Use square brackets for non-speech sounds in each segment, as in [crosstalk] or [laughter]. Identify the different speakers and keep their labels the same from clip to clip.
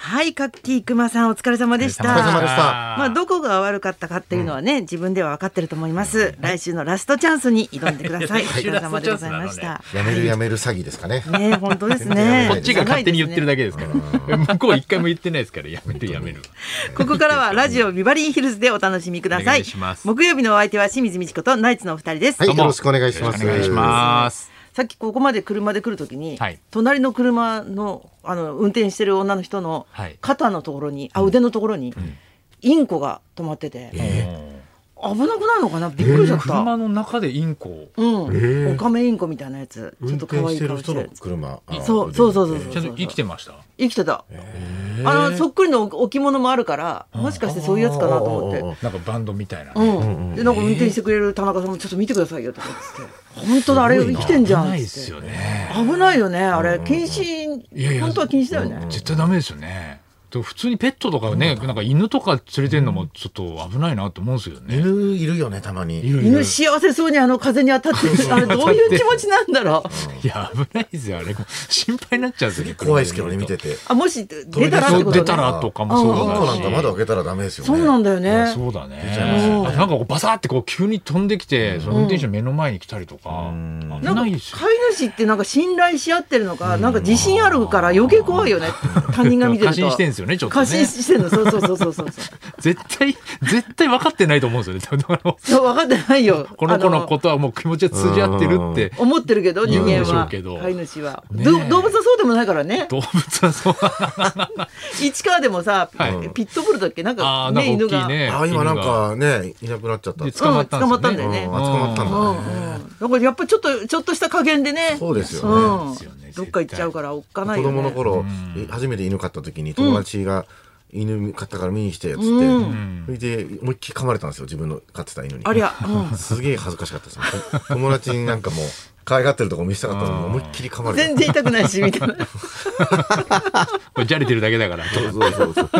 Speaker 1: はい、カッキー熊さんお疲れ様でした。
Speaker 2: お疲れ様でした
Speaker 1: まあどこが悪かったかっていうのはね、自分では分かってると思います。来週のラストチャンスに挑んでください。 [laughs] お
Speaker 3: 来週
Speaker 1: 疲れ様でございまし
Speaker 3: ラ
Speaker 1: た。
Speaker 2: やめるやめる詐欺ですかね。
Speaker 1: ね、本当ですね。
Speaker 3: [laughs] こっちが勝手に言ってる
Speaker 1: け。
Speaker 3: だけですから。 [laughs] 向こう一回も言ってないですから、やめるやめる。
Speaker 1: ここからはラジオビバリーヒルズでお楽しみくだ
Speaker 3: お
Speaker 1: さ
Speaker 3: 願
Speaker 1: い
Speaker 3: いします
Speaker 1: 木曜日のお相手は清水美智子とナイツのお二人です。
Speaker 2: はい
Speaker 3: どうも
Speaker 2: よろしくお願いします
Speaker 3: よろくお願いします。
Speaker 1: さっきここまで車で来るときに、
Speaker 3: はい
Speaker 1: 隣の車のあの運転してる女の人の
Speaker 3: はい
Speaker 1: 肩のところに、あ腕のところに、インコが止まってて、危なくないのかなびっくりしちゃった、
Speaker 3: 車の中でインコを。
Speaker 1: うん、
Speaker 2: えー
Speaker 1: オカメインコみたいなやつちょ
Speaker 2: 運
Speaker 1: っと可
Speaker 2: 転
Speaker 1: 愛
Speaker 2: し
Speaker 1: い
Speaker 2: てる
Speaker 1: 顔して
Speaker 2: 人の
Speaker 1: る
Speaker 2: 車。あ
Speaker 1: そうそうそうそうそう
Speaker 3: ちゃんと生きてました。
Speaker 1: 生きてた、あのそっくりの置物もあるからもしかしてそういうやつかなと思って
Speaker 2: あーあーあー
Speaker 3: なんかバンドみたいな
Speaker 1: う
Speaker 3: ね。
Speaker 1: ん、でなんか運転してくれる田中さんもちょっと見てくださいよとか言って本当だあれ生きてんじゃん
Speaker 3: ない
Speaker 1: っ
Speaker 3: で
Speaker 1: つって
Speaker 3: すよね。
Speaker 1: 危ないよねあれ禁止
Speaker 3: いやいや
Speaker 1: 本当は禁止だよね
Speaker 3: 絶対ダメですよね。でも普通にペットとかね、なんか犬とか連れてるのもちょっと危ないなと思うんですよね。
Speaker 2: 犬いるよねたまに。
Speaker 3: る
Speaker 1: 犬幸せ [laughs] そうにあの風に当たってるあれどういう気持ちなんだろう
Speaker 3: いや、危ないですよ、あれ。心配になっちゃうんですよね。
Speaker 2: 怖いですけどね見てて。
Speaker 1: あもし出たらって
Speaker 3: そ
Speaker 1: こと
Speaker 3: う出
Speaker 1: ね
Speaker 3: たらとかもそう
Speaker 2: イン
Speaker 3: だ
Speaker 2: コな
Speaker 3: し
Speaker 2: んか。窓開けたらダメですよね。
Speaker 1: そうなんだよ
Speaker 3: いや
Speaker 1: ね
Speaker 3: そうだね
Speaker 2: 出ちゃいますよ
Speaker 3: あとなんかこうバサーってこう急に飛んできて、その運転手の目の前に来たりとか、危
Speaker 1: なんか
Speaker 3: な
Speaker 1: 飼
Speaker 3: い
Speaker 1: い
Speaker 3: ですよ
Speaker 1: 主ってなんか信頼し合ってるのか、なんか自信あるから余計怖いよね。他人が見てると。
Speaker 3: 過信してんすよねちょっと
Speaker 1: 過
Speaker 3: ね
Speaker 1: 信してんの。そうそうそうそうそう。
Speaker 3: 絶対絶対分かってないと思うんです
Speaker 1: [laughs]
Speaker 3: よねだから
Speaker 1: そう分かってないよ。
Speaker 3: この子の
Speaker 1: あ
Speaker 3: ことはもう気持ちが通じ合ってるって
Speaker 1: の思ってるけど人間
Speaker 3: 言うんでしょ
Speaker 1: は
Speaker 3: うけど
Speaker 1: 飼い主は、
Speaker 3: ねえ
Speaker 1: ど動物はそうでもないからね。
Speaker 3: 動物はそう [laughs]
Speaker 1: 市川でもさ、
Speaker 3: はい
Speaker 1: ピットブルだっけなん
Speaker 3: あ
Speaker 1: か
Speaker 3: あなん
Speaker 1: ね
Speaker 3: か大
Speaker 1: 犬
Speaker 3: きい
Speaker 1: が。
Speaker 3: ね
Speaker 2: あ今なん
Speaker 3: 犬が
Speaker 2: かねいなくなっちゃった。
Speaker 3: で捕まったんで
Speaker 1: う
Speaker 3: すよね,、
Speaker 1: ん捕まったんだよね
Speaker 2: うんあ捕まったん
Speaker 1: う
Speaker 2: だ
Speaker 1: んうん。だからやっぱりちょっとちょっとした加減でね。
Speaker 2: そうですよね
Speaker 1: うん
Speaker 3: そうですよね
Speaker 1: どっか行っちゃうからおっかない
Speaker 2: 子
Speaker 1: よね。
Speaker 2: 供の頃え初めて犬飼った時に友達が犬飼ったから見に来てっつって、それで思いっきり噛まれたんですよ自分の飼ってた犬に。
Speaker 1: ありゃ。
Speaker 3: [laughs]
Speaker 1: うん
Speaker 2: すげえ恥ずかしかったですね。友達になんかもう可愛がってるとこ見せたかったのに思いっきり噛まれた。
Speaker 1: 全然痛くないしみたいな [laughs]
Speaker 3: これじゃれてるだけだから
Speaker 2: そうそうそう。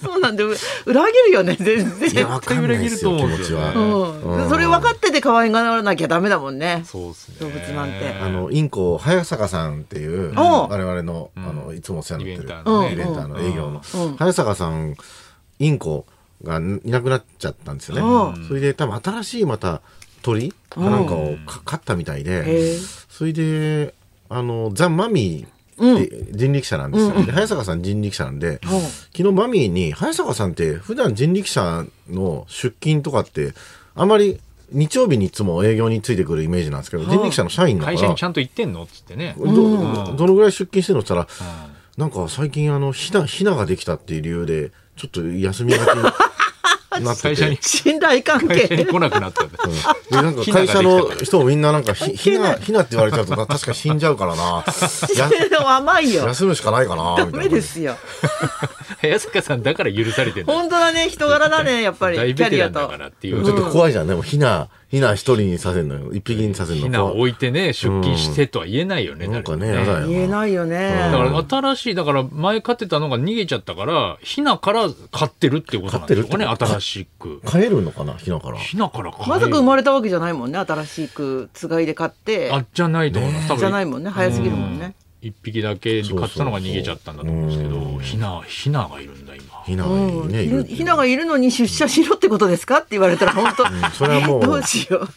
Speaker 1: そうなんでう裏切るよね全
Speaker 2: いや
Speaker 1: 然
Speaker 2: わかんないですよ気持ちは。
Speaker 1: うん、それ分かってて可愛がらなきゃダメだもんね
Speaker 3: そうですね
Speaker 1: 動物なんて
Speaker 2: あのインコ早坂さんっていう
Speaker 1: おう
Speaker 2: 我々のあのいつもお世話になって
Speaker 3: イベ
Speaker 2: る
Speaker 3: ンターの
Speaker 1: ね
Speaker 2: イベンターの営業の
Speaker 1: うん
Speaker 2: 早坂さんインコがいなくなっちゃったんですよ
Speaker 1: お
Speaker 2: ね。それで多分新しいまた鳥かなんかをか飼ったみたい
Speaker 1: へえ
Speaker 2: で、それであのザマミーって人力車なんですよ。で早坂さん人力車なんで、
Speaker 1: うん
Speaker 2: 昨日マミーに早坂さんって普段人力車の出勤とかってあまり日曜日にいつも営業についてくるイメージなんですけど、人力車の社員だから
Speaker 3: 会社にちゃんと行ってんのっつってね、
Speaker 2: どどのぐらい出勤してるのって言ったら、なんか最近あのひなひなができたっていう理由でちょっと休みがちになって
Speaker 3: 会社に
Speaker 2: て。
Speaker 1: 信頼関
Speaker 3: 会社
Speaker 1: 係
Speaker 3: に [laughs] 来なくなったって
Speaker 2: でなんか会社の人もみんななんかひひなひなって言われちゃうと確か死んじゃうからなや
Speaker 1: でも甘いよ
Speaker 2: 休むしかないかな
Speaker 1: ダ
Speaker 2: みた
Speaker 1: メ
Speaker 2: いな
Speaker 1: ですよ
Speaker 3: 早坂さんだから許されてる
Speaker 1: 本当だね人柄だねやっぱり
Speaker 3: 大
Speaker 1: キャ
Speaker 3: ベテ
Speaker 1: リ
Speaker 3: ラ
Speaker 1: ア
Speaker 3: ンだ
Speaker 1: と
Speaker 3: からってい
Speaker 2: ち
Speaker 3: う、
Speaker 2: ょっと怖いじゃんでもひなひな一人にさせるのよ一匹にさせるの
Speaker 3: 避難を
Speaker 2: 怖
Speaker 3: 置いてね出勤してとは言えないよね、
Speaker 2: なんかね
Speaker 3: 誰
Speaker 2: や
Speaker 3: に
Speaker 2: だよ
Speaker 1: 言えないよ
Speaker 3: だ
Speaker 1: ね
Speaker 3: から新しいだから前飼ってたのが逃げちゃったからヒナから飼ってるっていうことなんですかね
Speaker 2: 飼ってるってこと
Speaker 3: 新しく
Speaker 2: 帰るのかなひなから
Speaker 3: ヒナから飼える
Speaker 1: まさか生まれたわけじゃないもんね新しくつがいで買って
Speaker 3: あじゃないと思います多分
Speaker 1: じゃないもんね早すぎるもんね
Speaker 3: 一匹だけ飼ってたのが逃げちゃったんだと思うんですけ
Speaker 2: そうそうそうう
Speaker 3: ど
Speaker 2: ん
Speaker 3: ヒナヒナがいるんだ今
Speaker 2: ひながいいねい
Speaker 1: うん
Speaker 2: る
Speaker 1: ひひながいるのに出社しろってことですかって言われたら本当、
Speaker 2: それはもう
Speaker 1: えどうしよう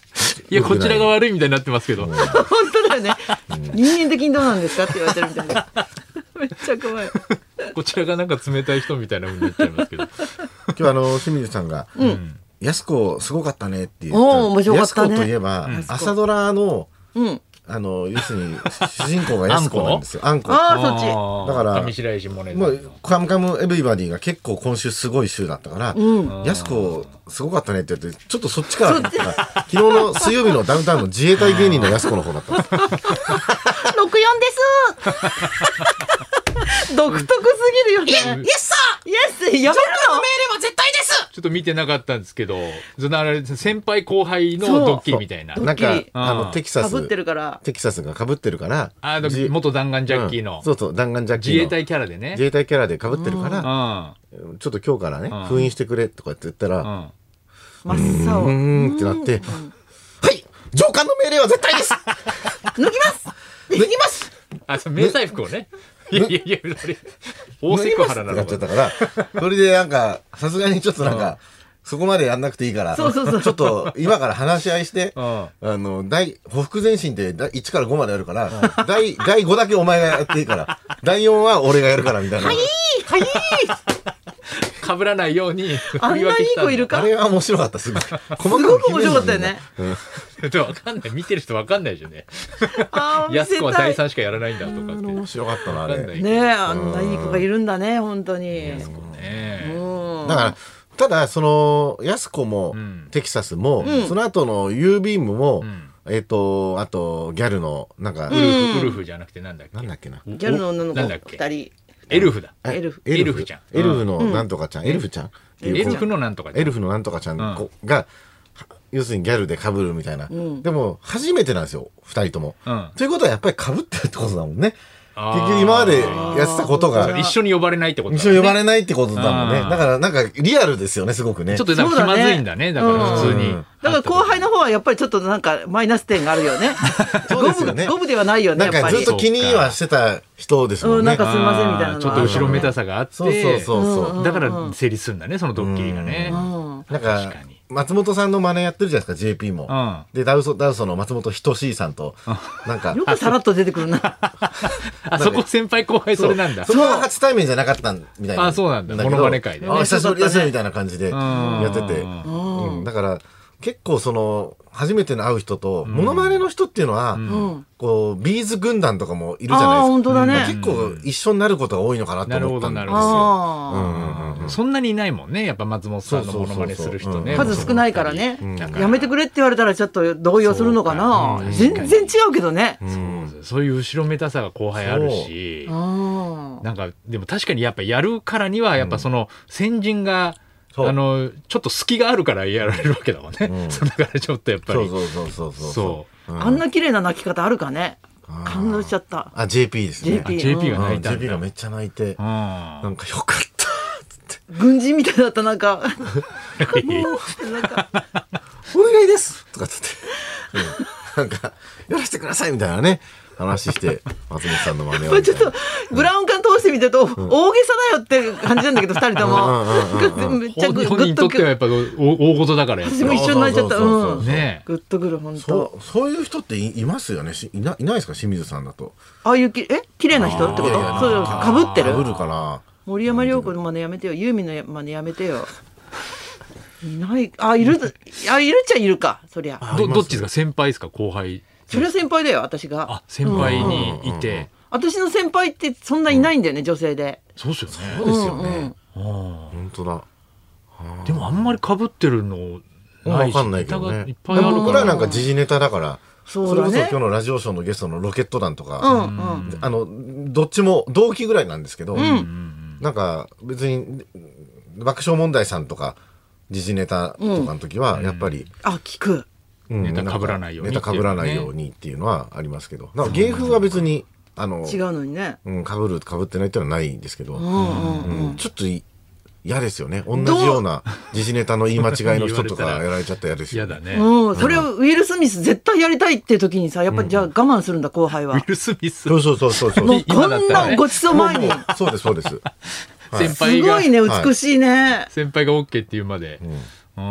Speaker 3: いやこちらが悪いみたいになってますけど
Speaker 1: 本当だよね人間的にどうなんですかって言われてるみたいなめっちゃ怖い
Speaker 3: こちらがなんか冷たい人みたいな風になっちゃいますけど
Speaker 2: 今日はあの清水さんが「やすこすごかったね」って言った
Speaker 1: おー面白か
Speaker 2: や
Speaker 1: っ
Speaker 2: す
Speaker 1: た
Speaker 2: こ
Speaker 1: ね
Speaker 2: といえば朝ドラの
Speaker 1: うん
Speaker 2: あの要するに主人公がやすこなんですよあんこ
Speaker 1: ああそっち
Speaker 3: あー
Speaker 2: だから
Speaker 3: 上白石萌音
Speaker 2: も
Speaker 3: の
Speaker 2: うカムカムエヴリバディ」が結構今週すごい週だったから
Speaker 1: う
Speaker 2: 「やすこすごかったね」って言ってちょっとそっちからだった昨日の水曜日のダウンタウンの自衛隊芸人のやすこの
Speaker 3: [laughs]
Speaker 2: 方だったんですよ
Speaker 1: [laughs] 六四です。独特すぎるよね。イエスさイエスやめるの
Speaker 3: ちょっと見てなかったんですけどそのあれ先輩後輩のドッキリみたいな
Speaker 1: そう
Speaker 2: なんか
Speaker 1: ドッキリ
Speaker 2: あの
Speaker 3: うん
Speaker 2: テキサ
Speaker 1: かぶって
Speaker 2: ス
Speaker 1: るから。
Speaker 2: テキサスがかぶってるから
Speaker 3: あの
Speaker 2: じ
Speaker 3: 元弾丸ジャッキーの
Speaker 2: うんそうそう弾丸ジャッキー
Speaker 3: 自衛
Speaker 2: の
Speaker 3: 隊キャラでね
Speaker 2: 自衛隊キャラでかぶってる
Speaker 3: う
Speaker 2: から
Speaker 3: ん
Speaker 2: ちょっと今日からね
Speaker 3: ん
Speaker 2: 封印してくれとかって言ったら
Speaker 3: うん
Speaker 1: 真っ青。
Speaker 2: う
Speaker 1: 脱
Speaker 2: ーんってなって、はい上
Speaker 1: [laughs]
Speaker 2: 官の命令は絶対です
Speaker 1: ぎます。脱ぎます。
Speaker 3: あ、そう迷彩服をね。いやいやいや、それ大セクハラな
Speaker 2: や
Speaker 3: の
Speaker 2: っちゃったから、それでなんか、さすがにちょっとなんか、そこまでやんなくていいから、
Speaker 1: そうそうそう
Speaker 2: ちょっと今から話し合いして、
Speaker 3: うん
Speaker 2: あの、第、ほふ前進って第1から5までやるから、第、第5だけお前がやっていいから、第4は俺がやるからみたいな。
Speaker 1: はい
Speaker 3: かぶらないように
Speaker 1: あんないい子いるか
Speaker 2: あれが面白かった、すごい。細かく
Speaker 1: すごく面白かったよね
Speaker 3: だってわかんない見てる人わかんないじゃんね
Speaker 1: あー見
Speaker 3: やす
Speaker 1: せ
Speaker 3: 子は
Speaker 1: たい
Speaker 3: 第三しかやらないんだとかっ
Speaker 2: 決め
Speaker 3: て
Speaker 2: るの面白かったな、あ
Speaker 3: わかんない
Speaker 2: れ。
Speaker 1: ねえあんないい子がいるんだね本当に
Speaker 3: やす子ね
Speaker 1: うん
Speaker 2: だから、ただ、その、安子も、
Speaker 3: うん
Speaker 2: テキサスも、
Speaker 1: ん
Speaker 2: その後のユービームも、
Speaker 3: うん
Speaker 2: えっ、と、あと、ギャルの、なんか、
Speaker 3: ウル
Speaker 1: うん
Speaker 3: フウルフじゃなくてなんだっけ
Speaker 2: なんだっけな。
Speaker 1: ギャルの女の子
Speaker 3: なんだっけ
Speaker 1: 二人
Speaker 3: エルフだ
Speaker 2: え
Speaker 1: エルフ
Speaker 3: エルフちゃん
Speaker 2: エルフのなんとかちゃん、エルフちゃんって
Speaker 3: エ
Speaker 2: いう
Speaker 3: ル
Speaker 2: 子
Speaker 3: フのなんとか
Speaker 2: エルフのなんとかちゃん
Speaker 3: うん
Speaker 2: こが、要するにギャルで被るみたいな。
Speaker 1: ん
Speaker 2: でも、初めてなんですよ、二人とも。
Speaker 3: うん
Speaker 2: ということはやっぱり被ってるってことだもんね。
Speaker 3: あー
Speaker 2: 結局今までやってたこ
Speaker 1: そ
Speaker 2: と
Speaker 1: う
Speaker 2: が
Speaker 3: 一、緒に呼ばれないってことだ
Speaker 2: 一緒に呼ばれないってことだもんね。
Speaker 3: あー
Speaker 2: だからなんかリアルですよね、すごくね。
Speaker 3: ちょっとなんか気まずいんだねだから普通に
Speaker 2: うん
Speaker 1: だから後輩の方はやっぱりちょっとなんかマイナス点があるよね
Speaker 2: [laughs] そうですよね
Speaker 1: 五分五分ではないよね
Speaker 2: な
Speaker 1: や
Speaker 2: ん
Speaker 1: っぱ
Speaker 2: かず
Speaker 1: り
Speaker 2: っと気にはしてた人ですも
Speaker 1: うんんな
Speaker 2: ね
Speaker 1: ん。かすいませんみたいなのは
Speaker 3: あーちょっと後ろめたさがあって
Speaker 2: そうそうそうそう。
Speaker 3: だから成立するんだねそのドッキリがね
Speaker 1: うん
Speaker 2: な
Speaker 3: 確
Speaker 2: んか
Speaker 3: かに、
Speaker 2: 松本さんの真似やってるじゃないですか、JP も。
Speaker 3: うん
Speaker 2: で、ダウソ、ダウソの松本人志さんと、なんか、
Speaker 1: よくさらっと出てく
Speaker 2: [laughs]
Speaker 1: るな
Speaker 3: あそこ先輩後輩それなんだ
Speaker 2: そこは初対面じゃなかったんみたいな。
Speaker 3: あそうなんだ
Speaker 2: けど
Speaker 3: モノマネ会でね
Speaker 2: あ久しぶりですみたいな感じでやってて。
Speaker 3: うん
Speaker 2: うんだから、結構その、初めての会う人と、モノマネの人っていうのは、
Speaker 1: ん
Speaker 2: こう、ビーズ軍団とかもいるじゃ
Speaker 1: ああ
Speaker 2: ない
Speaker 1: 本
Speaker 2: です
Speaker 1: 当
Speaker 2: か。
Speaker 1: だ
Speaker 2: まあ
Speaker 1: ね
Speaker 2: 結構一緒になることが多いのかなと思ったん
Speaker 3: なるほどなる
Speaker 2: で
Speaker 3: ほ
Speaker 2: す
Speaker 3: ど
Speaker 2: よ。
Speaker 1: あ
Speaker 3: そんなにいないもんねやっぱ松本さんのモノマネする人ね
Speaker 1: あ数少ないからね
Speaker 3: だから
Speaker 1: やめてくれって言われたらちょっと動揺するのかな
Speaker 3: そうかう
Speaker 1: 全
Speaker 3: ん
Speaker 1: 然違うけどね
Speaker 3: そうそういう後ろめたさが後輩あるし
Speaker 1: あ
Speaker 3: なんかでも確かにやっぱやるからにはやっぱその先人が、
Speaker 2: そう
Speaker 3: あのちょっと隙があるからやられるわけだもんね、 [laughs] そうだからちょっとやっぱり
Speaker 2: そうそうそうそうそう。
Speaker 3: そう
Speaker 1: あんな綺麗な泣き方あるかね感動しちゃった
Speaker 2: あ、JP ですね。
Speaker 1: JP
Speaker 3: あ
Speaker 1: う
Speaker 3: JP
Speaker 1: ん
Speaker 3: が泣いた
Speaker 2: うん
Speaker 3: ん
Speaker 2: JP
Speaker 3: だ、
Speaker 2: がめっちゃ泣いて、な
Speaker 3: うん
Speaker 2: んかよかった。 [laughs] つって
Speaker 1: 軍人みたいだったなんかなんか
Speaker 2: お願いですとかつって、うんなんか、やらせてくださいみたいなね、話して、松本さんの真似を
Speaker 1: これ [laughs]
Speaker 2: み
Speaker 1: ち
Speaker 2: た
Speaker 1: ょ
Speaker 2: い
Speaker 1: っ
Speaker 2: な
Speaker 1: と。ブラウン管通してみてると大げさだよって感じなんだけど2人とも [laughs] めっちゃ
Speaker 3: 本
Speaker 1: グ
Speaker 3: 本
Speaker 1: グッ
Speaker 3: 人にと
Speaker 1: と
Speaker 3: っては
Speaker 1: く
Speaker 3: やっぱお大事だからやっぱ
Speaker 1: 私も一緒になっちゃった
Speaker 2: そうそうそう
Speaker 1: う
Speaker 2: そ
Speaker 1: ん
Speaker 2: う
Speaker 3: ねえ
Speaker 1: グッとくる本
Speaker 2: そ
Speaker 1: 当
Speaker 2: う、そういう人っていいますよね。しいない、いないですか清水さんだと。
Speaker 1: ああいうきえ綺麗な人ってこと
Speaker 2: いやいや
Speaker 1: そういうのかぶってる
Speaker 2: 被るかな。
Speaker 1: 森山良子の真似やめてよユーミンの真似やめてよいないあいるあいるっちゃいるかそりゃ
Speaker 3: どどっちですか先輩ですか後輩
Speaker 1: そりゃ先輩だよ私が
Speaker 3: あ先輩にいて、
Speaker 1: 私の先輩ってそんないないんだよね女性で
Speaker 3: そうっすよね
Speaker 2: そうですよね。
Speaker 3: あ
Speaker 2: 本当だ。
Speaker 3: ーでもあんまりかぶってるのない
Speaker 2: わ
Speaker 3: し
Speaker 2: かんないけ
Speaker 3: ネ
Speaker 2: ど
Speaker 3: タがい
Speaker 2: ね
Speaker 3: っ。ぱいあるから
Speaker 2: 僕らなんか時事ネタだから、
Speaker 1: そう
Speaker 2: れ
Speaker 1: だね
Speaker 2: こそ今日のラジオショーのゲストのロケット団と
Speaker 1: う
Speaker 2: か、
Speaker 1: んうん
Speaker 2: あの、どっちも同期ぐらいなんですけど、
Speaker 1: ん
Speaker 2: なんか別に、爆笑問題さんとか、時事ネタとかの時は、やっぱり、
Speaker 1: あ聞く
Speaker 2: うん
Speaker 3: ネタ被らないように
Speaker 2: ネタ被らないようにっていうのはありますけど、なんか芸風は別に、あの、
Speaker 1: 違うのにね
Speaker 2: うん、被る、被ってないっていうのはないんですけど、
Speaker 1: うんうんうん
Speaker 2: うんちょっとい嫌ですよね。同じような時事ネタの言い間違いの人と
Speaker 3: 言われた
Speaker 2: か
Speaker 3: ら
Speaker 2: やられちゃったら嫌ですよ
Speaker 3: 嫌
Speaker 2: ね、
Speaker 3: だね、ウ
Speaker 1: うん、それをウィル・スミス絶対やりたいって時にさやっぱりじゃあ我慢するんだ後輩は
Speaker 3: ィ。ル・スミス
Speaker 2: そうそうそうそうそう。
Speaker 1: もうこ
Speaker 3: 今だっ
Speaker 1: ん
Speaker 3: たら
Speaker 1: な
Speaker 3: ね
Speaker 1: ごちそう前に
Speaker 2: もうもうそうです、そうです。
Speaker 3: 先
Speaker 1: す
Speaker 3: 輩が
Speaker 1: ごいね
Speaker 2: はい
Speaker 1: 美しいね。 [laughs]
Speaker 3: 先輩が OK って言うまで、うん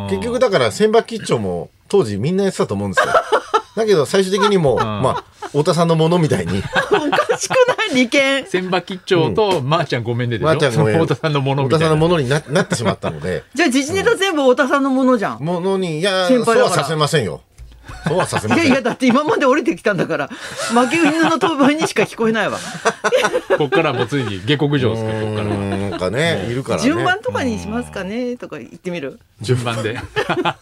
Speaker 2: 結局だから、千葉吉兆も当時みんなやってたと思う
Speaker 3: [laughs]
Speaker 2: んですよ。だけど最終的にもう、まあ、太田さんのものみたい
Speaker 3: [laughs]
Speaker 1: お
Speaker 2: に、
Speaker 1: かしくない利権。
Speaker 3: 千葉吉兆と、まーちゃんごめんねでしょ、
Speaker 2: まーちゃんごめん
Speaker 3: その太田さんのものみた
Speaker 2: 太
Speaker 3: い
Speaker 2: 田
Speaker 3: な
Speaker 2: さんのものにななってしまったので、
Speaker 1: じゃあ自治ネタ全部太田さんのものじゃん。
Speaker 2: ものに、いや、そ
Speaker 1: 先輩だ
Speaker 2: う
Speaker 1: から
Speaker 2: はさせませんよ。そうはさせ
Speaker 1: い
Speaker 2: ませ
Speaker 1: や
Speaker 2: ん。
Speaker 1: いやだって今まで降りてきたんだから負け犬の当番にしか聞こえないわ。
Speaker 3: こっからもうついに下克上ですからこっか
Speaker 2: う
Speaker 3: ら
Speaker 2: んなんかね、いるからね。
Speaker 1: 順番とかにしますかねとか言ってみる。 [laughs]
Speaker 3: 順番で [laughs]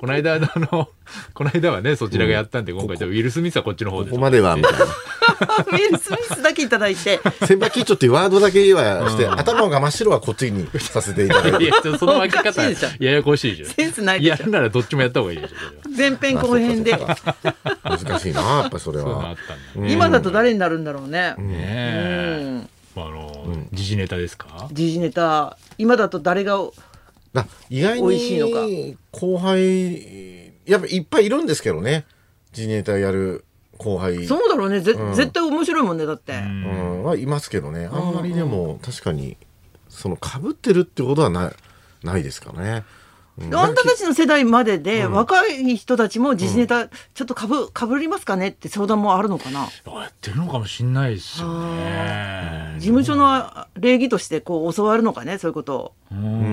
Speaker 3: この間あのこの間はねそちらがやったんで今回じゃあウィル・スミスはこっちの方
Speaker 2: こ
Speaker 3: で
Speaker 2: こまでは、みたい
Speaker 1: あウィル・スミスだけいただいて。
Speaker 2: な。先輩吉兆っていうワードだけはして、頭が真っ白はこっちにさせていただい
Speaker 3: い
Speaker 2: て。
Speaker 3: やちょっとその分け
Speaker 1: おかし
Speaker 3: 方
Speaker 1: いでしょ
Speaker 3: ややこしいじゃん
Speaker 1: センスないでしょ
Speaker 3: やるならどっちもやった方がいいでしょそれ
Speaker 2: [laughs]
Speaker 3: は
Speaker 1: 前編後編で
Speaker 2: あ。そっかそっか難しいな、やっぱそれ
Speaker 3: そういうのあ
Speaker 2: は
Speaker 3: っ。たんだね
Speaker 1: 今だと誰になるんだろうね。
Speaker 3: ね
Speaker 1: う
Speaker 3: え
Speaker 1: ん
Speaker 3: まああの時事ネタですか
Speaker 1: 時事ネタ今だと誰が
Speaker 2: だ意外
Speaker 1: 美味しいのか
Speaker 2: に後輩、やっぱいっぱいいるんですけどね。ジネタやる後輩
Speaker 1: そうだろうねぜ、
Speaker 2: うん
Speaker 1: 絶対面白いもんねだって、
Speaker 3: うん
Speaker 2: うんはいますけどねあんまりでも確かにそのかぶってるってことはないないですからね。う
Speaker 1: あんたたちの世代までで、若い人たちも時事ネタ、ちょっとかぶかぶりますかねって相談もあるのかな、
Speaker 3: やってるのかもしんないですよね。
Speaker 1: 事務所のあ礼儀としてこう教わるのかねそういうことを
Speaker 3: う
Speaker 2: うん
Speaker 3: ん
Speaker 2: うんうん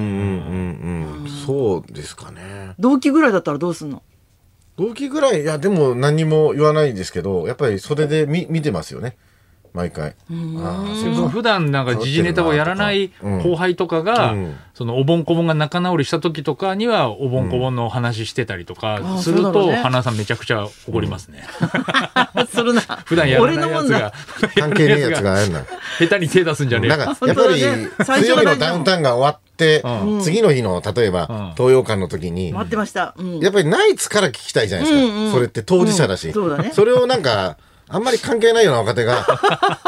Speaker 2: うんそうですかね。
Speaker 1: 同期ぐらいだったらどうす
Speaker 3: [laughs]
Speaker 1: んの
Speaker 2: 同期ぐらいいやでも何も言わないですけどやっぱりそれで見見てますよね毎回。ああそう
Speaker 3: その
Speaker 2: か
Speaker 3: 普段なんか時事ネタをやらない後輩とかが、
Speaker 2: うん
Speaker 3: そのおぼんこぼんが仲直りした時とかにはおぼんこぼんのお話してたりと
Speaker 1: うんあ
Speaker 3: か
Speaker 1: あ
Speaker 3: する
Speaker 1: そうだろう
Speaker 3: と、
Speaker 1: ね
Speaker 3: 花さんめちゃくちゃ怒りますね。
Speaker 1: するな
Speaker 3: 普段や
Speaker 1: [laughs]
Speaker 3: ら
Speaker 1: 俺
Speaker 3: な
Speaker 1: のも
Speaker 3: いや
Speaker 1: ん
Speaker 3: つ
Speaker 1: だ
Speaker 3: が、
Speaker 2: 関係ねえやつがやんない。
Speaker 3: 下手に手出すんじゃねえ
Speaker 2: な
Speaker 3: か
Speaker 2: んかや
Speaker 1: 本
Speaker 2: っぱ
Speaker 1: 当だ
Speaker 2: り
Speaker 1: ね最初
Speaker 2: 水曜
Speaker 1: が大事だも
Speaker 2: 日の
Speaker 1: ん
Speaker 2: ダウンタウンが終わって
Speaker 3: う
Speaker 2: 次の日の例えば
Speaker 3: うん
Speaker 2: 東洋館の時に
Speaker 1: 待ってました、うん、
Speaker 2: やっぱりナイツから聞きたいじゃないですか。
Speaker 1: うんうん
Speaker 2: それって当事者だし、
Speaker 1: うんそうだね
Speaker 2: れをなんか、あんまり関係ないような若
Speaker 1: [laughs]
Speaker 2: 手が、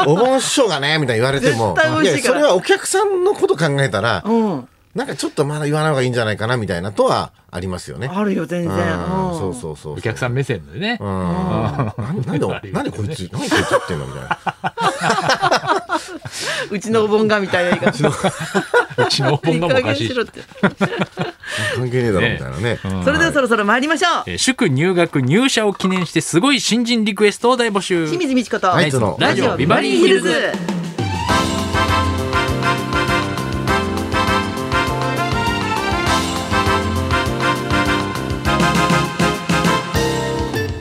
Speaker 2: お盆師匠がね、みたいな言われても、
Speaker 1: 絶対美味しい
Speaker 2: や、
Speaker 1: か
Speaker 2: そ
Speaker 1: ら
Speaker 2: れはお客さんのこと考えたら、
Speaker 1: うん
Speaker 2: なんかちょっとまだ言わない方がいいんじゃないかな、みたいなとはありますよね。
Speaker 1: あるよ全然、
Speaker 2: うん
Speaker 1: うん
Speaker 2: そうそうそう。
Speaker 3: お客さん目線でね
Speaker 2: う。ん。なんなんで
Speaker 3: あ、りま
Speaker 2: な
Speaker 3: す
Speaker 2: んでこいつ、なんでこいつ言ってんのみたいな。
Speaker 1: うちのお盆がみたいな言い
Speaker 3: [laughs]
Speaker 1: 方
Speaker 3: うちのおぼんがもおかし
Speaker 1: [laughs]
Speaker 3: いし
Speaker 1: ろって
Speaker 2: 関係ねえだろ、みたいなね。
Speaker 1: それではそろそろ参りましょう、
Speaker 3: えー祝入学入社を記念してすごい新人リクエストを大募集
Speaker 1: 清水美智子と、
Speaker 2: ナイツの
Speaker 1: ラジオビバリーヒルズ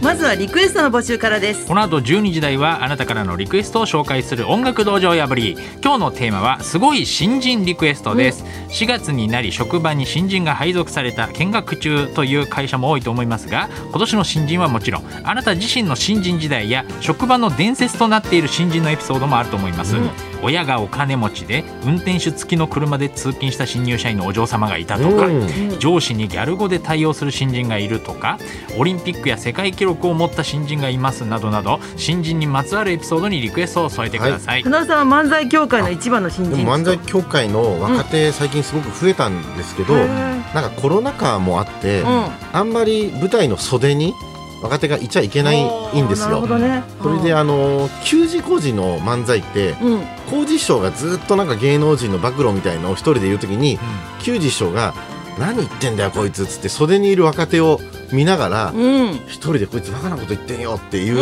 Speaker 1: まずはリクエストの募集からです
Speaker 3: この後12時台はあなたからのリクエストを紹介する音楽道場破り今日のテーマはすごい新人リクエストです、4月になり職場に新人が配属された見学中という会社も多いと思いますが今年の新人はもちろんあなた自身の新人時代や職場の伝説となっている新人のエピソードもあると思います、親がお金持ちで運転手付きの車で通勤した新入社員のお嬢様がいたとか、
Speaker 2: うん
Speaker 3: 上司にギャル語で対応する新人がいるとかオリンピックや世界記録を持った新人がいますなどなど新人にまつわるエピソードにリクエストを添えてください、
Speaker 1: 花尾さんは漫才協会の一番の新
Speaker 2: で
Speaker 1: 人
Speaker 2: も漫才協会の若手、最近すごく増えたんですけど、
Speaker 1: へえ
Speaker 2: なんかコロナ禍もあって、
Speaker 1: うん
Speaker 2: あんまり舞台の袖に若手がいちゃいけないんです
Speaker 1: なる
Speaker 2: よ
Speaker 1: ほ。どね
Speaker 2: それであの給仕工事の漫才って
Speaker 1: うん
Speaker 2: 工事師匠がずっとなんか芸能人の暴露みたいのを一人で言うときに給仕師匠が「何言ってんだよこいつ」っつって袖にいる若手を見ながら
Speaker 1: うん
Speaker 2: 一人で「こいつバカなこと言ってんよ」っていう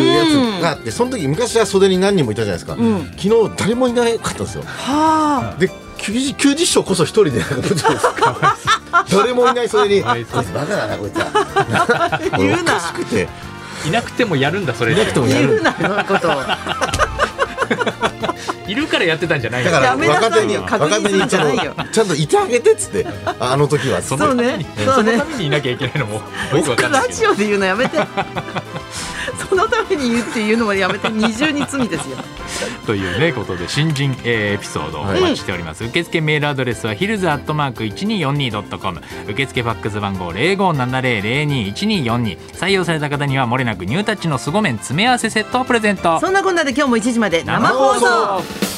Speaker 2: やつがあってその時昔は袖に何人もいたじゃないですか
Speaker 1: うんは
Speaker 2: 昨日誰もいなかったんですよ。
Speaker 1: あ
Speaker 2: で休日休日賞こそ一人でなんかどうですか [laughs] 誰もいないそれ
Speaker 3: [laughs]
Speaker 2: に「
Speaker 3: かわ
Speaker 2: こ
Speaker 3: い
Speaker 2: いつ
Speaker 3: そう
Speaker 2: バカだなこいつは」
Speaker 1: [laughs] 言うな
Speaker 2: おかしくて
Speaker 3: いなくてもやるんだそれって
Speaker 2: も
Speaker 1: 言うなそんなこと
Speaker 3: いるからやってたんじゃない
Speaker 2: だ
Speaker 3: の
Speaker 2: から
Speaker 1: やめなさい
Speaker 2: 若手に
Speaker 1: よ確認
Speaker 2: 若手
Speaker 1: するん
Speaker 2: に
Speaker 1: じ
Speaker 2: ち
Speaker 1: ゃ
Speaker 2: ゃ
Speaker 1: なんいよ
Speaker 2: とちゃんといてあげてっつってあの時は
Speaker 3: そ
Speaker 1: そ
Speaker 3: の
Speaker 1: う
Speaker 3: ため
Speaker 1: ね
Speaker 3: に
Speaker 1: そ
Speaker 3: そう
Speaker 1: ね
Speaker 3: のためにいなきゃいけないのもよくわかんない
Speaker 1: ラ
Speaker 3: け
Speaker 1: ジ
Speaker 3: ど
Speaker 1: オで言うのやめてそのために言うっていうのもやめて二重に罪ですよ
Speaker 3: というねことで新人、えーエピソードをお待ちしております、受付メールアドレスはヒルズアットマーク 1242.com 受付ファックス番号0570021242採用された方にはもれなくニュータッチの凄麺詰め合わせセットをプレゼント
Speaker 1: そんなこんなで今日も1時まで生放送
Speaker 3: 生放送